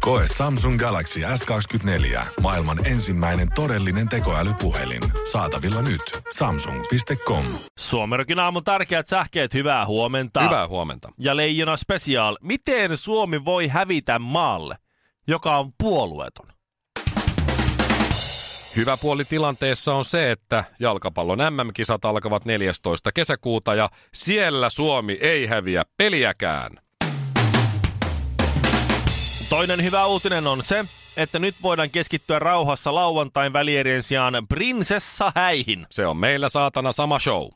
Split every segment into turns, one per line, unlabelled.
Koe Samsung Galaxy S24. Maailman ensimmäinen todellinen tekoälypuhelin. Saatavilla nyt. Samsung.com.
Suomerokin aamun tärkeät sähkeet, hyvää huomenta.
Hyvää huomenta.
Ja Leijona Special, miten Suomi voi hävitä maalle, joka on puolueeton?
Hyvä puoli tilanteessa on se, että jalkapallon MM-kisat alkavat 14. kesäkuuta ja siellä Suomi ei häviä peliäkään.
Toinen hyvä uutinen on se, että nyt voidaan keskittyä rauhassa lauantain välierien sijaan prinsessa häihin.
Se on meillä saatana sama show.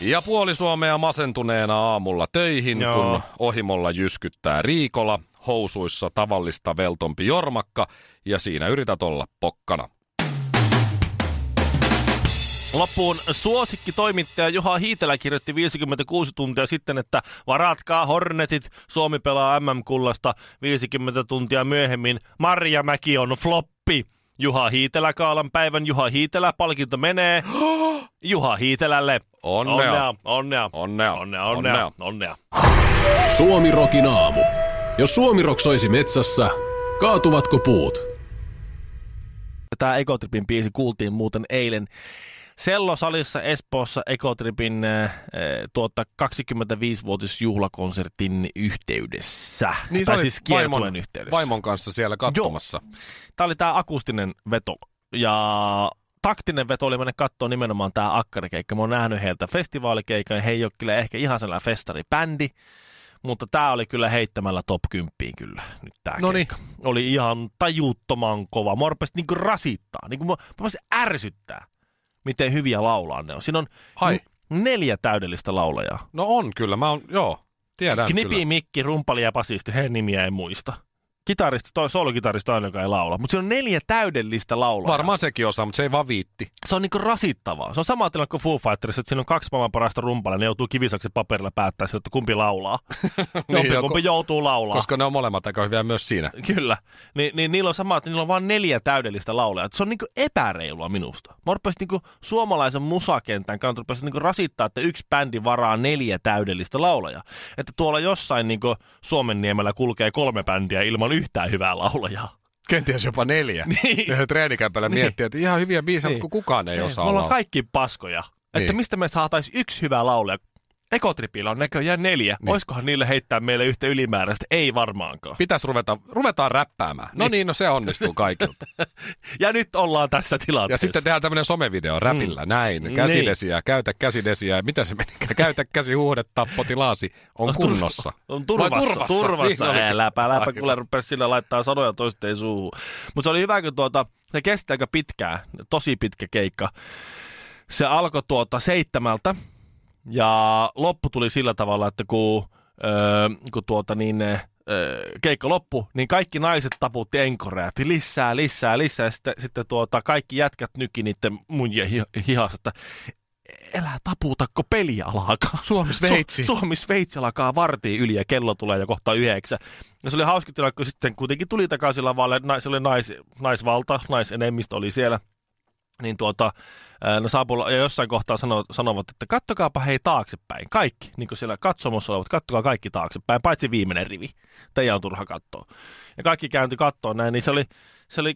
Ja puoli Suomea masentuneena aamulla töihin,
Joo.
kun ohimolla jyskyttää Riikola, housuissa tavallista veltompi jormakka ja siinä yrität olla pokkana.
Loppuun suosikki toimittaja Juha Hiitelä kirjoitti 56 tuntia sitten, että varatkaa Hornetit, Suomi pelaa MM-kullasta 50 tuntia myöhemmin. Marja Mäki on floppi. Juha Hiitelä kaalan päivän Juha Hiitelä, palkinto menee Juha Hiitelälle.
Onnea.
Onnea,
Onnea.
onnea, onnea,
Onnea.
onnea.
Suomi Rokin aamu. Jos Suomi Rock soisi metsässä, kaatuvatko puut?
Tämä Ekotripin biisi kuultiin muuten eilen Sellosalissa Espoossa Ekotripin äh, tuota, 25-vuotisjuhlakonsertin yhteydessä.
Niin
tai
sä
siis
olit
kiertueen yhteydessä.
vaimon kanssa siellä katsomassa.
Tämä oli tämä akustinen veto. Ja taktinen veto oli mennä katsoa nimenomaan tämä akkarikeikka. Mä oon nähnyt heiltä festivaalikeikan. He ei ole kyllä ehkä ihan sellainen festaribändi. Mutta tämä oli kyllä heittämällä top 10 kyllä nyt tää
Noniin.
keikka. Oli ihan tajuttoman kova. Mua rupesi niinku rasittaa. Niinku mua, mua rupesi ärsyttää, miten hyviä laulaa ne on. Siinä on
Ai.
n- neljä täydellistä laulajaa.
No on kyllä, mä oon, joo, tiedän
Knipi,
kyllä.
Mikki, rumpali ja basisti, he nimiä ei muista. Kitaristi, toi soolokitaristi aina, joka ei laula. Mutta siinä on neljä täydellistä laulaa.
Varmaan sekin osaa, mutta se ei vaan viitti.
Se on niinku rasittavaa. Se on sama tilanne kuin Foo Fighters, että siinä on kaksi maailman parasta rumpalia, ne joutuu kivisaksen paperilla päättää sen, että kumpi laulaa. Jompi,
joo,
kumpi
ko-
joutuu laulaa.
Niin, Koska ne on molemmat aika hyviä myös siinä.
Kyllä. Ni, niin niillä on sama, että niillä on vain neljä täydellistä laulajaa. Se on niinku epäreilua minusta. Mä rupesin niinku suomalaisen musakentän kannalta rupesin niinku rasittaa, että yksi bändi varaa neljä täydellistä laulajaa. Että tuolla jossain niinku Suomenniemellä kulkee kolme bändiä ilman yhtään hyvää laulajaa.
Kenties jopa neljä.
Niin.
Niin. Treenikämpällä
Niin.
miettii, että ihan hyviä biisejä,
Niin.
mutta kun kukaan ei osaa
Me ollaan
laulaa.
kaikki paskoja. Niin. Että
Niin.
mistä me saataisiin yksi hyvä laulaja. Ekotripillä on näköjään neljä. Niin.
Niin.
Oiskohan niille heittää meille yhtä ylimääräistä? Ei varmaankaan.
Pitäisi ruveta, ruvetaan räppäämään. No niin, no se onnistuu kaikilta.
Ja nyt ollaan tässä
Ja
tilanteessa.
sitten tehdään tämmöinen somevideo räpillä, näin, käsidesiä, käytä käsidesiä, mitä se meni, käytä käsihuhdetta, potilaasi on kunnossa.
On
Vai
turvassa, turvassa,
turvassa.
turvassa.
Niin
Niin,
olikin.
läpä, läpä,
Ai,
kuule rupea sillä laittaa sanoja toisteen suuhun. Mutta se oli hyvä, kun tuota, se kesti aika pitkään, tosi pitkä keikka. Se alkoi tuota seitsemältä ja loppu tuli sillä tavalla, että kun, öö, kun tuota niin, öö, keikka loppu, niin kaikki naiset taputti enkorea, että lisää, lisää, lisää. Ja Sitten, sitten tuota, kaikki jätkät nyki niiden munjien hi- hihasta, että älä taputakko peli alkaa.
Suomi, Sveitsi.
Su- Suomi Sveitsi alkaa vartiin yli ja kello tulee jo kohta yhdeksän. Ja se oli hauska tilanne, kun sitten kuitenkin tuli takaisin lavalle, nais, se oli nais, naisvalta, naisenemmistö oli siellä. Niin tuota, ää, no saapulla, ja jossain kohtaa sano, sanovat, että kattokaapa hei taaksepäin, kaikki, niin kuin siellä katsomossa olevat, kattokaa kaikki taaksepäin, paitsi viimeinen rivi, teidän on turha katsoa. Ja kaikki kääntyi kattoon näin, niin se oli, se oli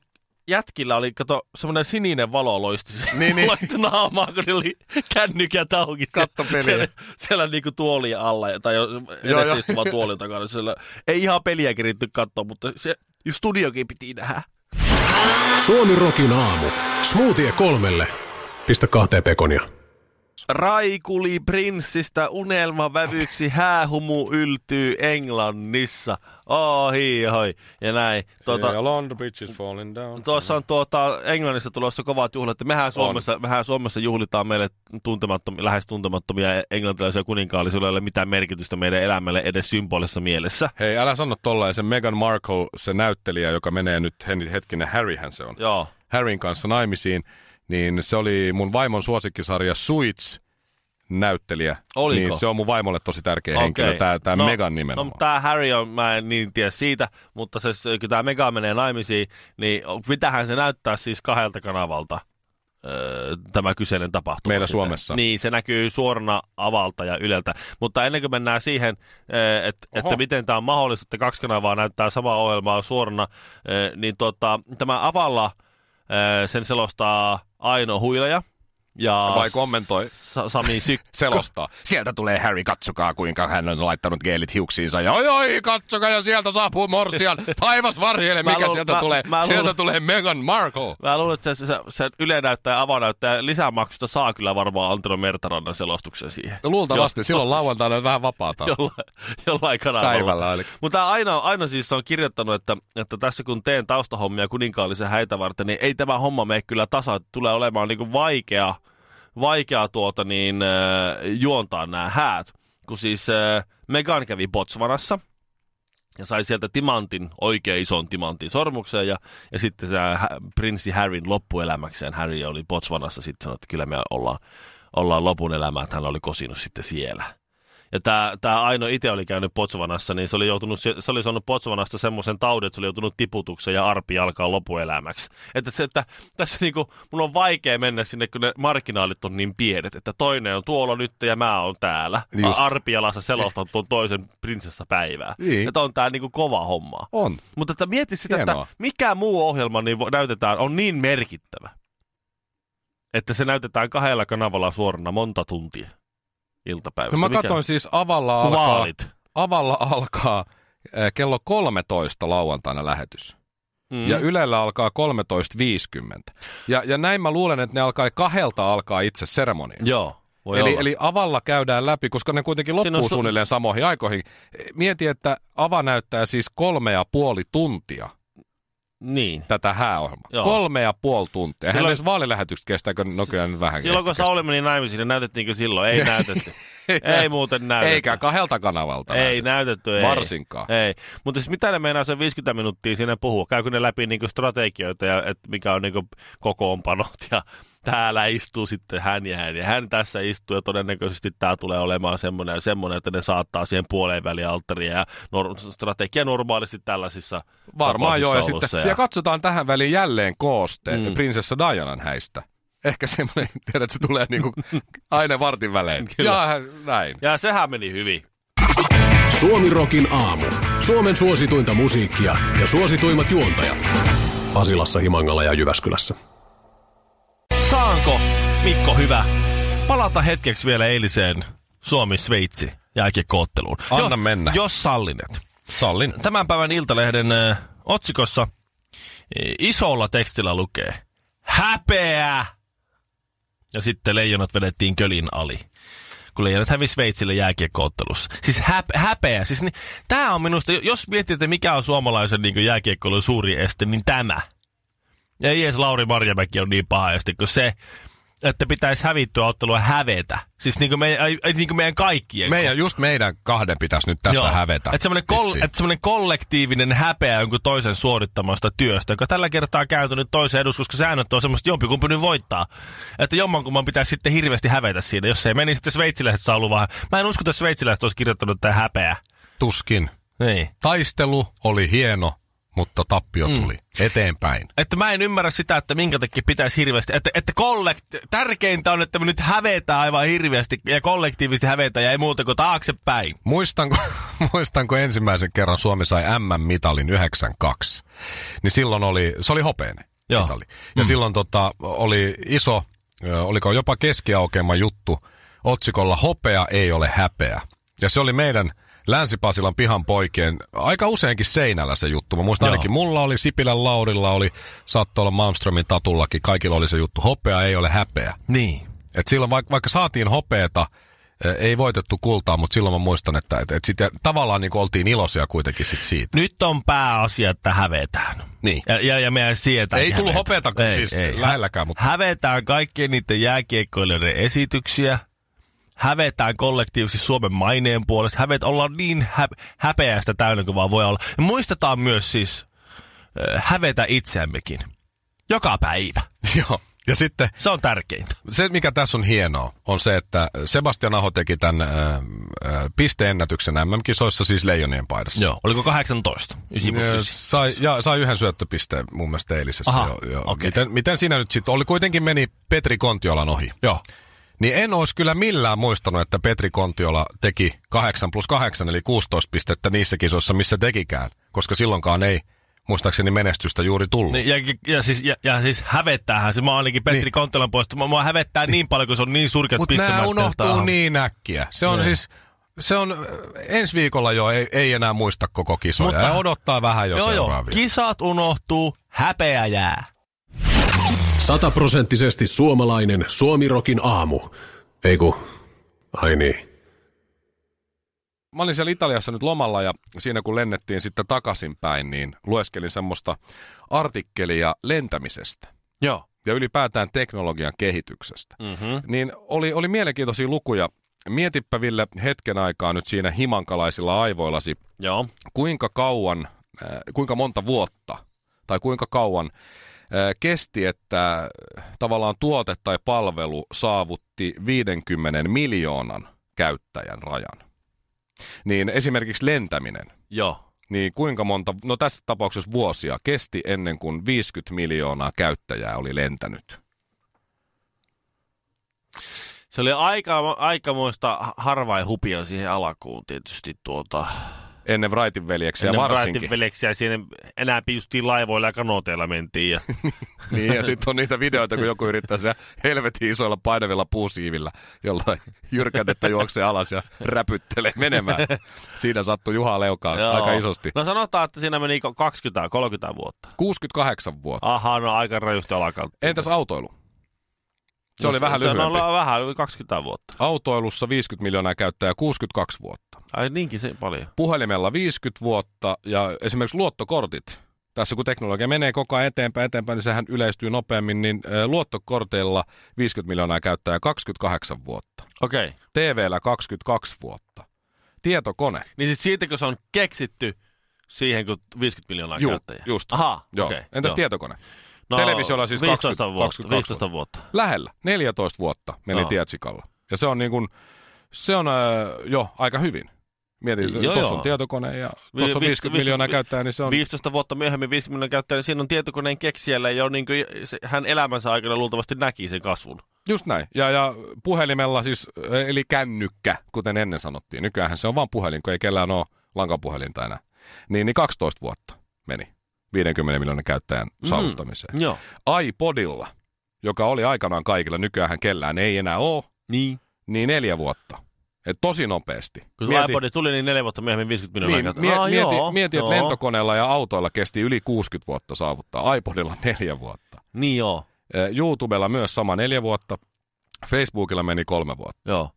jätkillä oli, kato, semmoinen sininen valo loisti, niin,
Niin, niin.
loisti naamaa, kun ne oli kännykät auki. siellä-
Katto peliä.
Siellä, siellä niinku tuoli alla, ja- tai jo- edessä
joo.
istuva tuoli takana. Siellä, ei ihan peliä keritty katsoa, mutta se studiokin piti nähdä.
Suomi Rokin aamu. Smoothie kolmelle. Pistä kahteen pekonia.
Raikuli prinssistä unelmavävyksi häähumu yltyy Englannissa. Ohi, hoi. Ja näin. Tuota,
Yeah, London Bridge is falling down.
Tuossa on tuota, Englannissa tulossa kovat juhlat. ja Mehän Suomessa, mehän Suomessa juhlitaan meille tuntemattomia, lähes tuntemattomia englantilaisia kuninkaallisuudelle ei ole mitään merkitystä meidän elämälle edes symbolisessa mielessä.
Hei, älä sano tollain, se Meghan Markle, se näyttelijä, joka menee nyt, hen- hetkinen, Harryhän se on.
Joo.
Harryn kanssa naimisiin, niin se oli mun vaimon suosikkisarja Suits, näyttelijä.
Oliko?
Niin se on mun vaimolle tosi tärkeä okay. henkilö, tämä, tämä no, Megan nimenomaan.
No, tämä Harry on, mä en niin tiedä siitä, mutta se, se- kun tämä Megan menee naimisiin, niin mitähän se näyttää siis kahdelta kanavalta öö, tämä kyseinen tapahtuma.
Meillä
sitten.
Suomessa.
Niin, se näkyy suorana avalta ja yleltä. Mutta ennen kuin mennään siihen, öö, et,
Oho.
että miten tämä on mahdollista, että kaksi kanavaa näyttää samaa ohjelmaa suorana, öö, niin tota, tämä avalla öö, sen selostaa Aino Huilaja. Ja
Vai kommentoi?
Sa- Sami Sykkö.
selostaa. Sieltä tulee Harry, katsokaa kuinka hän on laittanut geelit hiuksiinsa. Ja oi oi, katsokaa ja sieltä saapuu morsian. Taivas varjele,
Mä
mikä
luul-
sieltä
mä-
tulee.
mä luul-
Sieltä tulee Meghan Markle.
Mä luulen, että se, se, se Yle näyttää ja Ava näyttää lisämaksusta saa kyllä varmaan Antero Mertarannan selostuksen siihen.
Luultavasti silloin lauantaina vähän vapaata.
Jollain, jollain kanavalla.
Päivällä eli.
Mutta aina, aina siis on kirjoittanut, että, että tässä kun teen taustahommia kuninkaallisen häitä varten, niin ei tämä homma mene kyllä tasa. Tulee olemaan niin kuin vaikea, vaikea tuota niin, äh, juontaa nämä häät. Kun siis äh, Megan kävi Botswanassa ja sai sieltä timantin, oikein ison timantin sormukseen ja, ja sitten se hä- prinssi Harryn loppuelämäkseen. Harry oli Botswanassa sitten sanoi, että kyllä me ollaan, ollaan lopun elämää, että hän oli kosinut sitten siellä. Ja tämä, tämä Aino itse oli käynyt Potsvanassa, niin se oli, joutunut, se se oli saanut Potsvanasta semmoisen taudin, että se oli joutunut tiputukseen ja arpi alkaa lopuelämäksi. Että, se, että tässä niinku, mun on vaikea mennä sinne, kun ne markkinaalit on niin pienet, että toinen on tuolla nyt ja mä oon täällä.
Niin just.
Arpialassa selostan tuon toisen prinsessapäivää.
Niin.
Että on tää niinku kova homma.
On.
Mutta että mieti sitä,
Hienoa.
että mikä muu ohjelma niin vo- näytetään on niin merkittävä, että se näytetään kahdella kanavalla suorana monta tuntia iltapäivästä.
No mä
Mikä-
katsoin siis avalla
kun
alkaa,
vaalit.
avalla alkaa eh, kello 13 lauantaina lähetys.
Mm.
Mm. Ja Ylellä alkaa 13.50. Ja, ja näin mä luulen, että ne alkaa kahdelta alkaa itse seremonia.
Joo, voi
Eli,
olla.
eli avalla käydään läpi, koska ne kuitenkin
Siinä on
loppuu
su-
suunnilleen samoihin aikoihin. Mieti, että ava näyttää siis kolme ja puoli tuntia
niin.
tätä hääohjelmaa.
Joo.
Kolme ja puoli tuntia. Silloin...
Silloin-
edes vaalilähetykset kestääkö nykyään nyt vähän.
Silloin kun
ehkä
Sauli meni naimisiin, niin näytettiinkö silloin? Ei näytetty. ei muuten
kestää.
näytetty.
Eikä kahdelta kanavalta.
Ei näytetty, ei.
Varsinkaan.
Ei. Mutta siis mitä ne meinaa sen 50 minuuttia siinä puhua? Käykö ne läpi niinku strategioita ja et mikä on niinku kokoonpanot ja täällä istuu sitten hän ja hän ja hän tässä istuu ja todennäköisesti tämä tulee olemaan semmoinen ja semmoinen, että ne saattaa siihen puoleen väliin alttaria ja nor- strategia normaalisti tällaisissa
Varmaan joo. Ja,
tapaamisissa
sitten,
ollut se
ja... ja katsotaan tähän väliin jälleen kooste mm.
Mm.
prinsessa Dianan häistä. Ehkä semmoinen, tiedät, se tulee niinku aina vartin välein.
Kyllä.
Ja näin.
ja sehän meni hyvin.
Suomirokin aamu. Suomen suosituinta musiikkia ja suosituimmat juontajat. Pasilassa, Himangalla ja Jyväskylässä.
Saanko, Mikko hyvä, palata hetkeksi vielä eiliseen Suomi-Sveitsi jääkiekkootteluun?
Anna
Jo-
mennä.
Jos sallinet.
Sallin.
Tämän päivän Iltalehden ö, otsikossa ö, isolla tekstillä lukee Häpeä! Ja sitten leijonat vedettiin kölin ali. Kun leijonat hävisi Sveitsille jääkiekkoottelussa. Siis häp, häpeä. Siis, niin, tämä on minusta, jos miettii, että mikä on suomalaisen niin jääkiekkoilun suuri este, niin tämä. Ja ei edes Lauri Marjamäki on niin paha este kuin se, että pitäisi hävittyä ottelua hävetä. Siis niin kuin meidän, ai- ai- niin kuin meidän kaikkien
Meidän, just meidän kahden pitäisi nyt tässä hävetä.
että semmoinen, kol-
vissiin.
et semmoinen kollektiivinen häpeä jonkun toisen suorittamasta työstä, joka tällä kertaa on kääntynyt toisen edus, koska säännöt on semmoista, että jompikumpi nyt voittaa. Että jommankumman pitäisi sitten hirveästi hävetä siinä, jos ei meni sitten sveitsiläiset saa ollut vähän. Mä en usko, että sveitsiläiset olisi kirjoittanut tämä häpeä.
Tuskin.
Niin.
Taistelu oli hieno, mutta tappio tuli. Mm. Eteenpäin.
Että mä en ymmärrä sitä, että minkä takia pitäisi hirveästi, että, että kollekti- tärkeintä on, että me nyt hävetään aivan hirveästi ja kollektiivisesti hävetään ja ei muuta kuin taaksepäin.
Muistanko, muistanko ensimmäisen kerran Suomi sai M-mitalin 92? Niin silloin oli, se oli hopeinen
Joo.
mitali. Ja mm. silloin tota, oli iso, ö, oliko jopa keskiaukeama juttu otsikolla Hopea ei ole häpeä. Ja se oli meidän Länsi-Pasilan pihan poikien aika useinkin seinällä se juttu. Mä muistan
Joo.
ainakin mulla oli, Sipilän Laurilla oli, saattoi olla Malmströmin tatullakin, kaikilla oli se juttu. Hopea ei ole häpeä.
Niin.
Et silloin vaikka, vaikka saatiin hopeeta, eh, ei voitettu kultaa, mutta silloin mä muistan, että et, et sit, tavallaan niin oltiin iloisia kuitenkin sit siitä.
Nyt on pääasia, että hävetään.
Niin.
Ja, ja, ja meidän sietää.
Ei tullut hopeata, siis lähelläkään, mutta-
Hävetään kaikkien niiden jääkiekkoilijoiden esityksiä. Hävetään kollektiivisesti Suomen maineen puolesta. Hävet, ollaan niin hä, häpeästä täynnä kuin vaan voi olla. Ja muistetaan myös siis ö, hävetä itseämmekin. Joka päivä.
Joo. Ja sitten
Se on tärkeintä.
se, mikä tässä on hienoa, on se, että Sebastian Aho teki tämän äh, äh, pisteennätyksen MM-kisoissa, siis leijonien paidassa.
Joo. Oliko 18? 9 plus
Ja
9.
sai, ja, sai yhden syöttöpisteen mun mielestä eilisessä.
Aha,
jo, jo.
okei.
Miten, miten siinä nyt sitten oli? Kuitenkin meni Petri Kontiolan ohi.
Joo.
Niin en olisi kyllä millään muistanut, että Petri Kontiola teki 8 plus 8, eli 16 pistettä niissä kisoissa, missä tekikään. Koska silloinkaan ei muistaakseni menestystä juuri tullut.
Niin, ja, ja, siis, ja, ja siis hävettäähän se. Mä oon ainakin Petri niin.
Niin.
Kontelan puolesta. Mua- Mua hävettää niin, niin paljon, kun se on niin surkeat
Mutta nämä
pistemäärät.
unohtuu
tehtaan.
niin äkkiä. Se on siis, se on, äh, ensi viikolla jo ei, ei enää muista koko kisoja.
Mutta-
Mutta, ja odottaa vähän jo
Joo, joo.
seuraavia.
Kisat unohtuu, häpeä jää.
Sataprosenttisesti suomalainen Suomirokin aamu. Ei ku, ai niin.
mä olin siellä Italiassa nyt lomalla ja siinä kun lennettiin sitten takaisinpäin, niin lueskelin semmoista artikkelia lentämisestä
Joo.
ja ylipäätään teknologian kehityksestä.
Mm-hmm.
Niin oli, oli mielenkiintoisia lukuja. Mietipä Ville hetken aikaa nyt siinä himankalaisilla aivoillasi,
Joo.
kuinka kauan, äh, kuinka monta vuotta tai kuinka kauan äh, kesti, että äh, tavallaan tuote tai palvelu saavutti 50 miljoonan käyttäjän rajan. Niin esimerkiksi lentäminen,
Joo.
niin kuinka monta, no tässä tapauksessa vuosia kesti ennen kuin 50 miljoonaa käyttäjää oli lentänyt.
Se oli aika, aikamoista harvain hupia siihen alkuun tietysti tuota.
Ennen Wrightin veljeksiä
Ennen
varsinkin.
veleksiä siinä enää justiin laivoilla ja kanooteilla mentiin. Ja
Niin, ja sitten on niitä videoita, kun joku yrittää siellä helvetin isoilla painavilla puusiivillä, jolla jyrkätettä juoksee alas ja räpyttelee menemään. Siinä sattui Juha Leukaan
Joo.
aika isosti.
No sanotaan, että siinä meni 20-30 vuotta.
68 vuotta.
Aha, no aika rajusti alakautta.
Entäs autoilu? Se
No
oli vähän
se,
lyhyempi.
Se on ollut vähän, yli 20 vuotta.
Autoilussa 50 miljoonaa käyttäjää 62 vuotta.
Ai niinkin se paljon.
Puhelimella 50 vuotta ja esimerkiksi luottokortit. Tässä kun teknologia menee koko ajan eteenpäin, eteenpäin, niin sehän yleistyy nopeammin, niin ö, luottokorteilla 50 miljoonaa käyttäjää 28 vuotta.
Okei. Okay.
TVllä 22 vuotta. Tietokone.
Niin siis siitä, kun se on keksitty siihen, kun 50 miljoonaa
Juu,
käyttäjää.
just.
Aha,
Joo.
okei.
Entäs
joo.
tietokone? televisiolla siis
15
20,
vuotta.
22
15 vuotta.
Lähellä. 14 vuotta meni
Joo.
tietsikalla. Ja se on niin kuin, se on äh, jo aika hyvin. Mietin,
Joo,
tuossa
joo.
on tietokone ja
Vi-
tuossa on 50
viis- viis-
miljoonaa käyttää, niin se on...
15 vuotta myöhemmin 50 miljoonaa käyttäjää, niin siinä on tietokoneen keksijällä jo niin kuin, se, hän elämänsä aikana luultavasti näki sen kasvun.
Just näin. Ja, ja puhelimella siis, äh, eli kännykkä, kuten ennen sanottiin. Nykyään se on vain puhelin, kun ei kellään ole lankapuhelinta enää. Niin, niin 12 vuotta meni 50 miljoonan käyttäjän
Mm.
saavuttamiseen.
Joo.
iPodilla, joka oli aikanaan kaikilla, nykyään kellään ei enää ole,
Niin.
niin neljä vuotta. Et tosi nopeasti.
Kun mieti, iPod tuli, niin neljä vuotta myöhemmin 50 miljoonaa
niin,
käyttäjää.
mie-
Aa,
mieti,
joo,
mieti että
joo.
lentokoneella ja autoilla kesti yli 60 vuotta saavuttaa, iPodilla neljä vuotta.
Niin joo,
Eh, YouTubella myös sama neljä vuotta, Facebookilla meni kolme vuotta.
joo.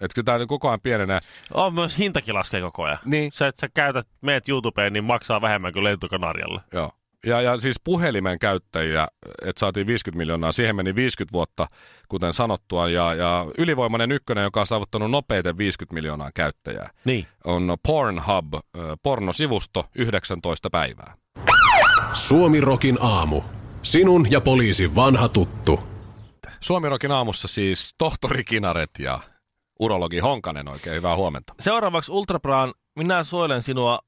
Et kyllä tämä koko ajan pienenee.
On myös hintakin laskee koko ajan.
Niin.
Sä, että sä käytät, meet YouTubeen, niin maksaa vähemmän kuin lentokanarjalle.
Joo. Ja, ja siis puhelimen käyttäjiä, että saatiin 50 miljoonaa, siihen meni 50 vuotta, kuten sanottua, ja, ja ylivoimainen ykkönen, joka on saavuttanut nopeiten 50 miljoonaa käyttäjää.
Niin.
on Pornhub, ö, pornosivusto, 19 päivää.
Suomirokin aamu. Sinun ja poliisin vanha tuttu.
Suomirokin aamussa siis tohtori Kinaret ja urologi Honkanen, oikein hyvää huomenta.
Seuraavaksi Ultrabraan, minä suojelen sinua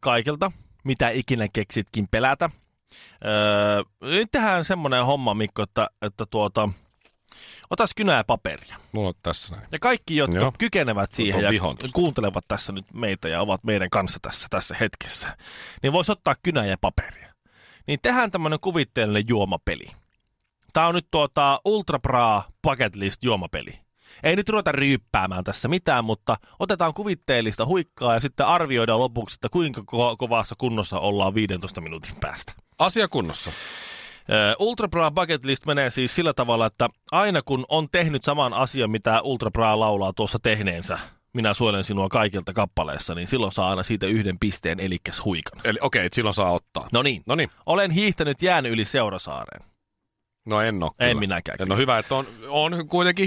kaikilta, mitä ikinä keksitkin pelätä. Öö, nyt tehdään semmoinen homma, Mikko, että, että tuota, otas kynää ja paperia.
Mulla on tässä näin.
Ja kaikki, jotka Joo.
Joo.
kykenevät siihen
on
ja
vihon tosta.
kuuntelevat tässä nyt meitä ja ovat meidän kanssa tässä, tässä hetkessä, niin voisi ottaa kynää ja paperia. Niin tehdään tämmöinen kuvitteellinen juomapeli. Tämä on nyt tuota Ultra Bra Bucket List juomapeli. Ei nyt ruveta ryyppäämään tässä mitään, mutta otetaan kuvitteellista huikkaa ja sitten arvioidaan lopuksi, että kuinka ko- kovassa kunnossa ollaan 15 minuutin päästä.
Asiakunnossa.
Ö, Ultra Bra Bucket List menee siis sillä tavalla, että aina kun on tehnyt saman asian, mitä Ultra Bra laulaa tuossa tehneensä, minä suojelen sinua kaikilta kappaleessa, niin silloin saa aina siitä yhden pisteen, elikäs huikan.
Eli okei, okay, silloin saa ottaa.
No niin.
No niin,
Olen hiihtänyt jään yli Seurasaareen.
no en oo
En
kyllä.
minäkään
No hyvä, että on, on kuitenkin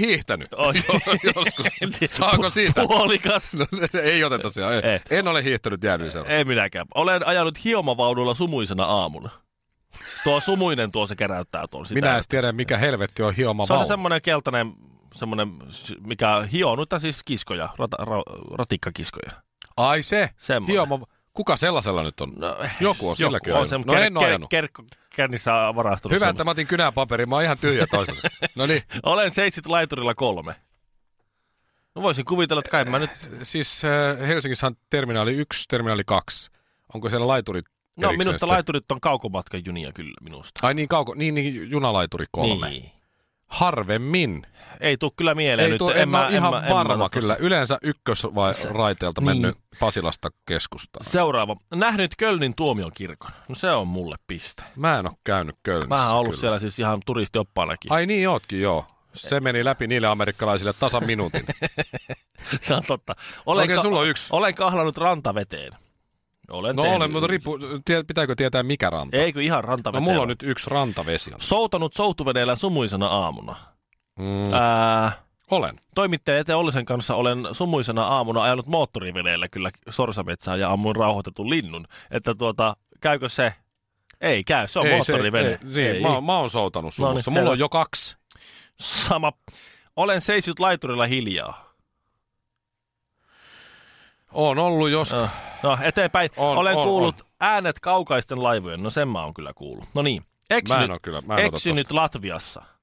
hiihtänyt.
Oi. Siis
Joskus. Saako siitä?
Puolikas.
No, ei
Eh,
oteta se. Ei.
Ei. Eh,
En ole hiihtänyt jäädyin
Ei minäkään. Olen ajanut hiomavaunulla sumuisena aamuna. Tuo sumuinen tuo se keräyttää tuolla. Sitä
Minä en
ei-
tiedä, mikä helvetti on hioma
Se on se
vauva.
semmoinen keltainen, semmoinen, mikä on hionut, tai siis kiskoja, rata, ra, ratikkakiskoja.
Ai se,
Semmoinen.
hioma... Kuka sellaisella nyt on?
No,
Joku on sillä kyllä.
on se,
No en oo ajanut.
Kerkko kännissä on varastanut
Hyvä, että
semmoista.
mä otin kynäpaperin. Mä oon ihan tyhjä toisessa. no niin,
Olen seissyt laiturilla kolme. No voisin kuvitella, että kai mä nyt...
siis äh, Helsingissä on terminaali 1, terminaali 2. Onko siellä laiturit?
No
erikseen
minusta
sitten?
laiturit on kaukomatkan junia kyllä minusta.
Ai niin kauko, niin, niin junalaituri kolme. Niin.
Niin.
Harvemmin.
Ei tuu kyllä mieleen
Ei
nyt.
tuo, en, mä, ole ihan
mä-
varma
mä-
kyllä. Yleensä ykkös vai raiteelta
Niin.
mennyt Pasilasta keskustaan.
Seuraava. Nähnyt Kölnin tuomiokirkon. No se on mulle piste.
Mä en ole käynyt Kölnissä.
Mä oon ollut
kyllä.
siellä siis ihan turistioppaanakin.
Ai niin ootkin, joo. Se meni läpi niille amerikkalaisille tasan minuutin.
Se on totta.
Okei, sulla on yksi.
Olen kahlanut rantaveteen. Olen
No
tehnyt-
olen, mutta riippu, tie, pitääkö tietää mikä ranta?
Eikö ihan rantaveteen?
No mulla
ole.
on nyt yksi rantavesi.
Soutanut soutuveneellä sumuisena aamuna.
Mm,
Mm. Ää,
olen.
toimittaja Ete Ollisen kanssa olen sumuisena aamuna ajanut moottoriveneellä kyllä sorsametsää ja ammuin rauhoitetun linnun. Että tuota, käykö se? Ei käy, se on
Ei se-
moottorivene.
ei, niin, Mä, oon- mä oon soutanut
No niin,
sumussa.
selvä.
mulla on jo kaksi.
Sama. Olen seissyt laiturilla hiljaa.
On ollut joskus.
Äh, No eteenpäin.
On,
olen
on,
kuullut äänet kaukaisten laivojen. No sen mä oon kyllä kuullut. No niin.
Mä
Eksynyt,
en oo kyllä, mä en ota tosta.
eksynyt Latviassa. Mä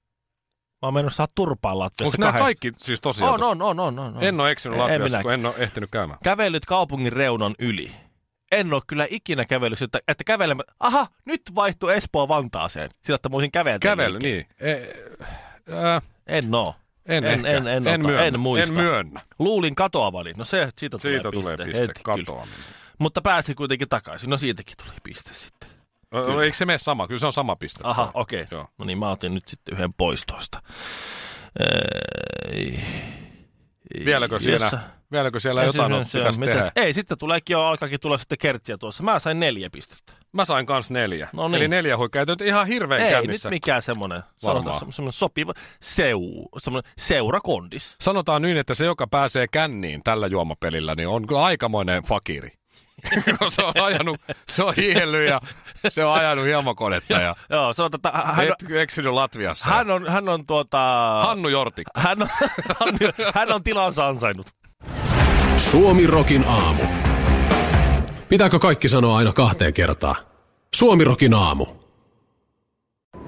oon mennyt saa turpaan Latviassa.
Onko nämä
kahden-
kaikki siis tosiaan?
On, on, on, on, on, on.
En ole eksynyt
En
Latviassa,
minäkään.
kun en ole ehtinyt käymään.
Kävellyt kaupungin reunan yli. En ole kyllä ikinä kävellyt, että, että kävelemme... Aha, nyt vaihtui Espoo Vantaaseen. Sillä, että muisin kävellä.
Kävely, niin. E, äh,
En oo.
en,
En-
ehkä.
en- en
en,
ota,
myönnä.
en muista.
En myönnä.
Luulin katoavani. No se, siitä tulee
Siitä
piste.
tulee piste,
Hetki, kyllä.
katoaminen.
Mutta pääsi kuitenkin takaisin. No siitäkin tuli piste sitten.
Ö,
Kyllä.
Eikö se mene sama? Kyllä se on sama piste.
Aha, okei. Okay.
Joo.
No niin, mä otin nyt sitten yhden poistoista. Ei,
Vieläkö siellä, vieläkö siellä jotain on, pitäisi tehdä?
Ei, sitten tuleekin jo, alkaakin tulla sitten kertsiä tuossa. Mä sain neljä pistettä.
Mä sain kans neljä.
No niin.
Eli neljä huikkaa. Ei toi nyt ihan hirveän
Ei,
kännissä.
nyt mikään semmoinen, sanotaan, se- semmoinen sopiva seu, semmoinen seurakondis.
Sanotaan niin, että se, joka pääsee känniin tällä juomapelillä, niin on kyllä aikamoinen fakiri. Kun se on ajanut, se on hiihellyt ja se on ajanut hiemokonetta ja
Joo, sanotaan, että hän,
hän, et eksynyt Latviassa.
hän on, hän on tuota...
Hannu Jortik.
Hän on, hän on, hän on tilansa ansainnut.
Suomi Rokin aamu. Pitääkö kaikki sanoa aina kahteen kertaan? Suomi Rokin aamu.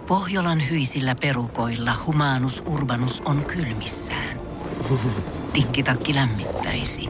Pohjolan hyisillä perukoilla humanus urbanus on kylmissään. Tikkitakki lämmittäisi.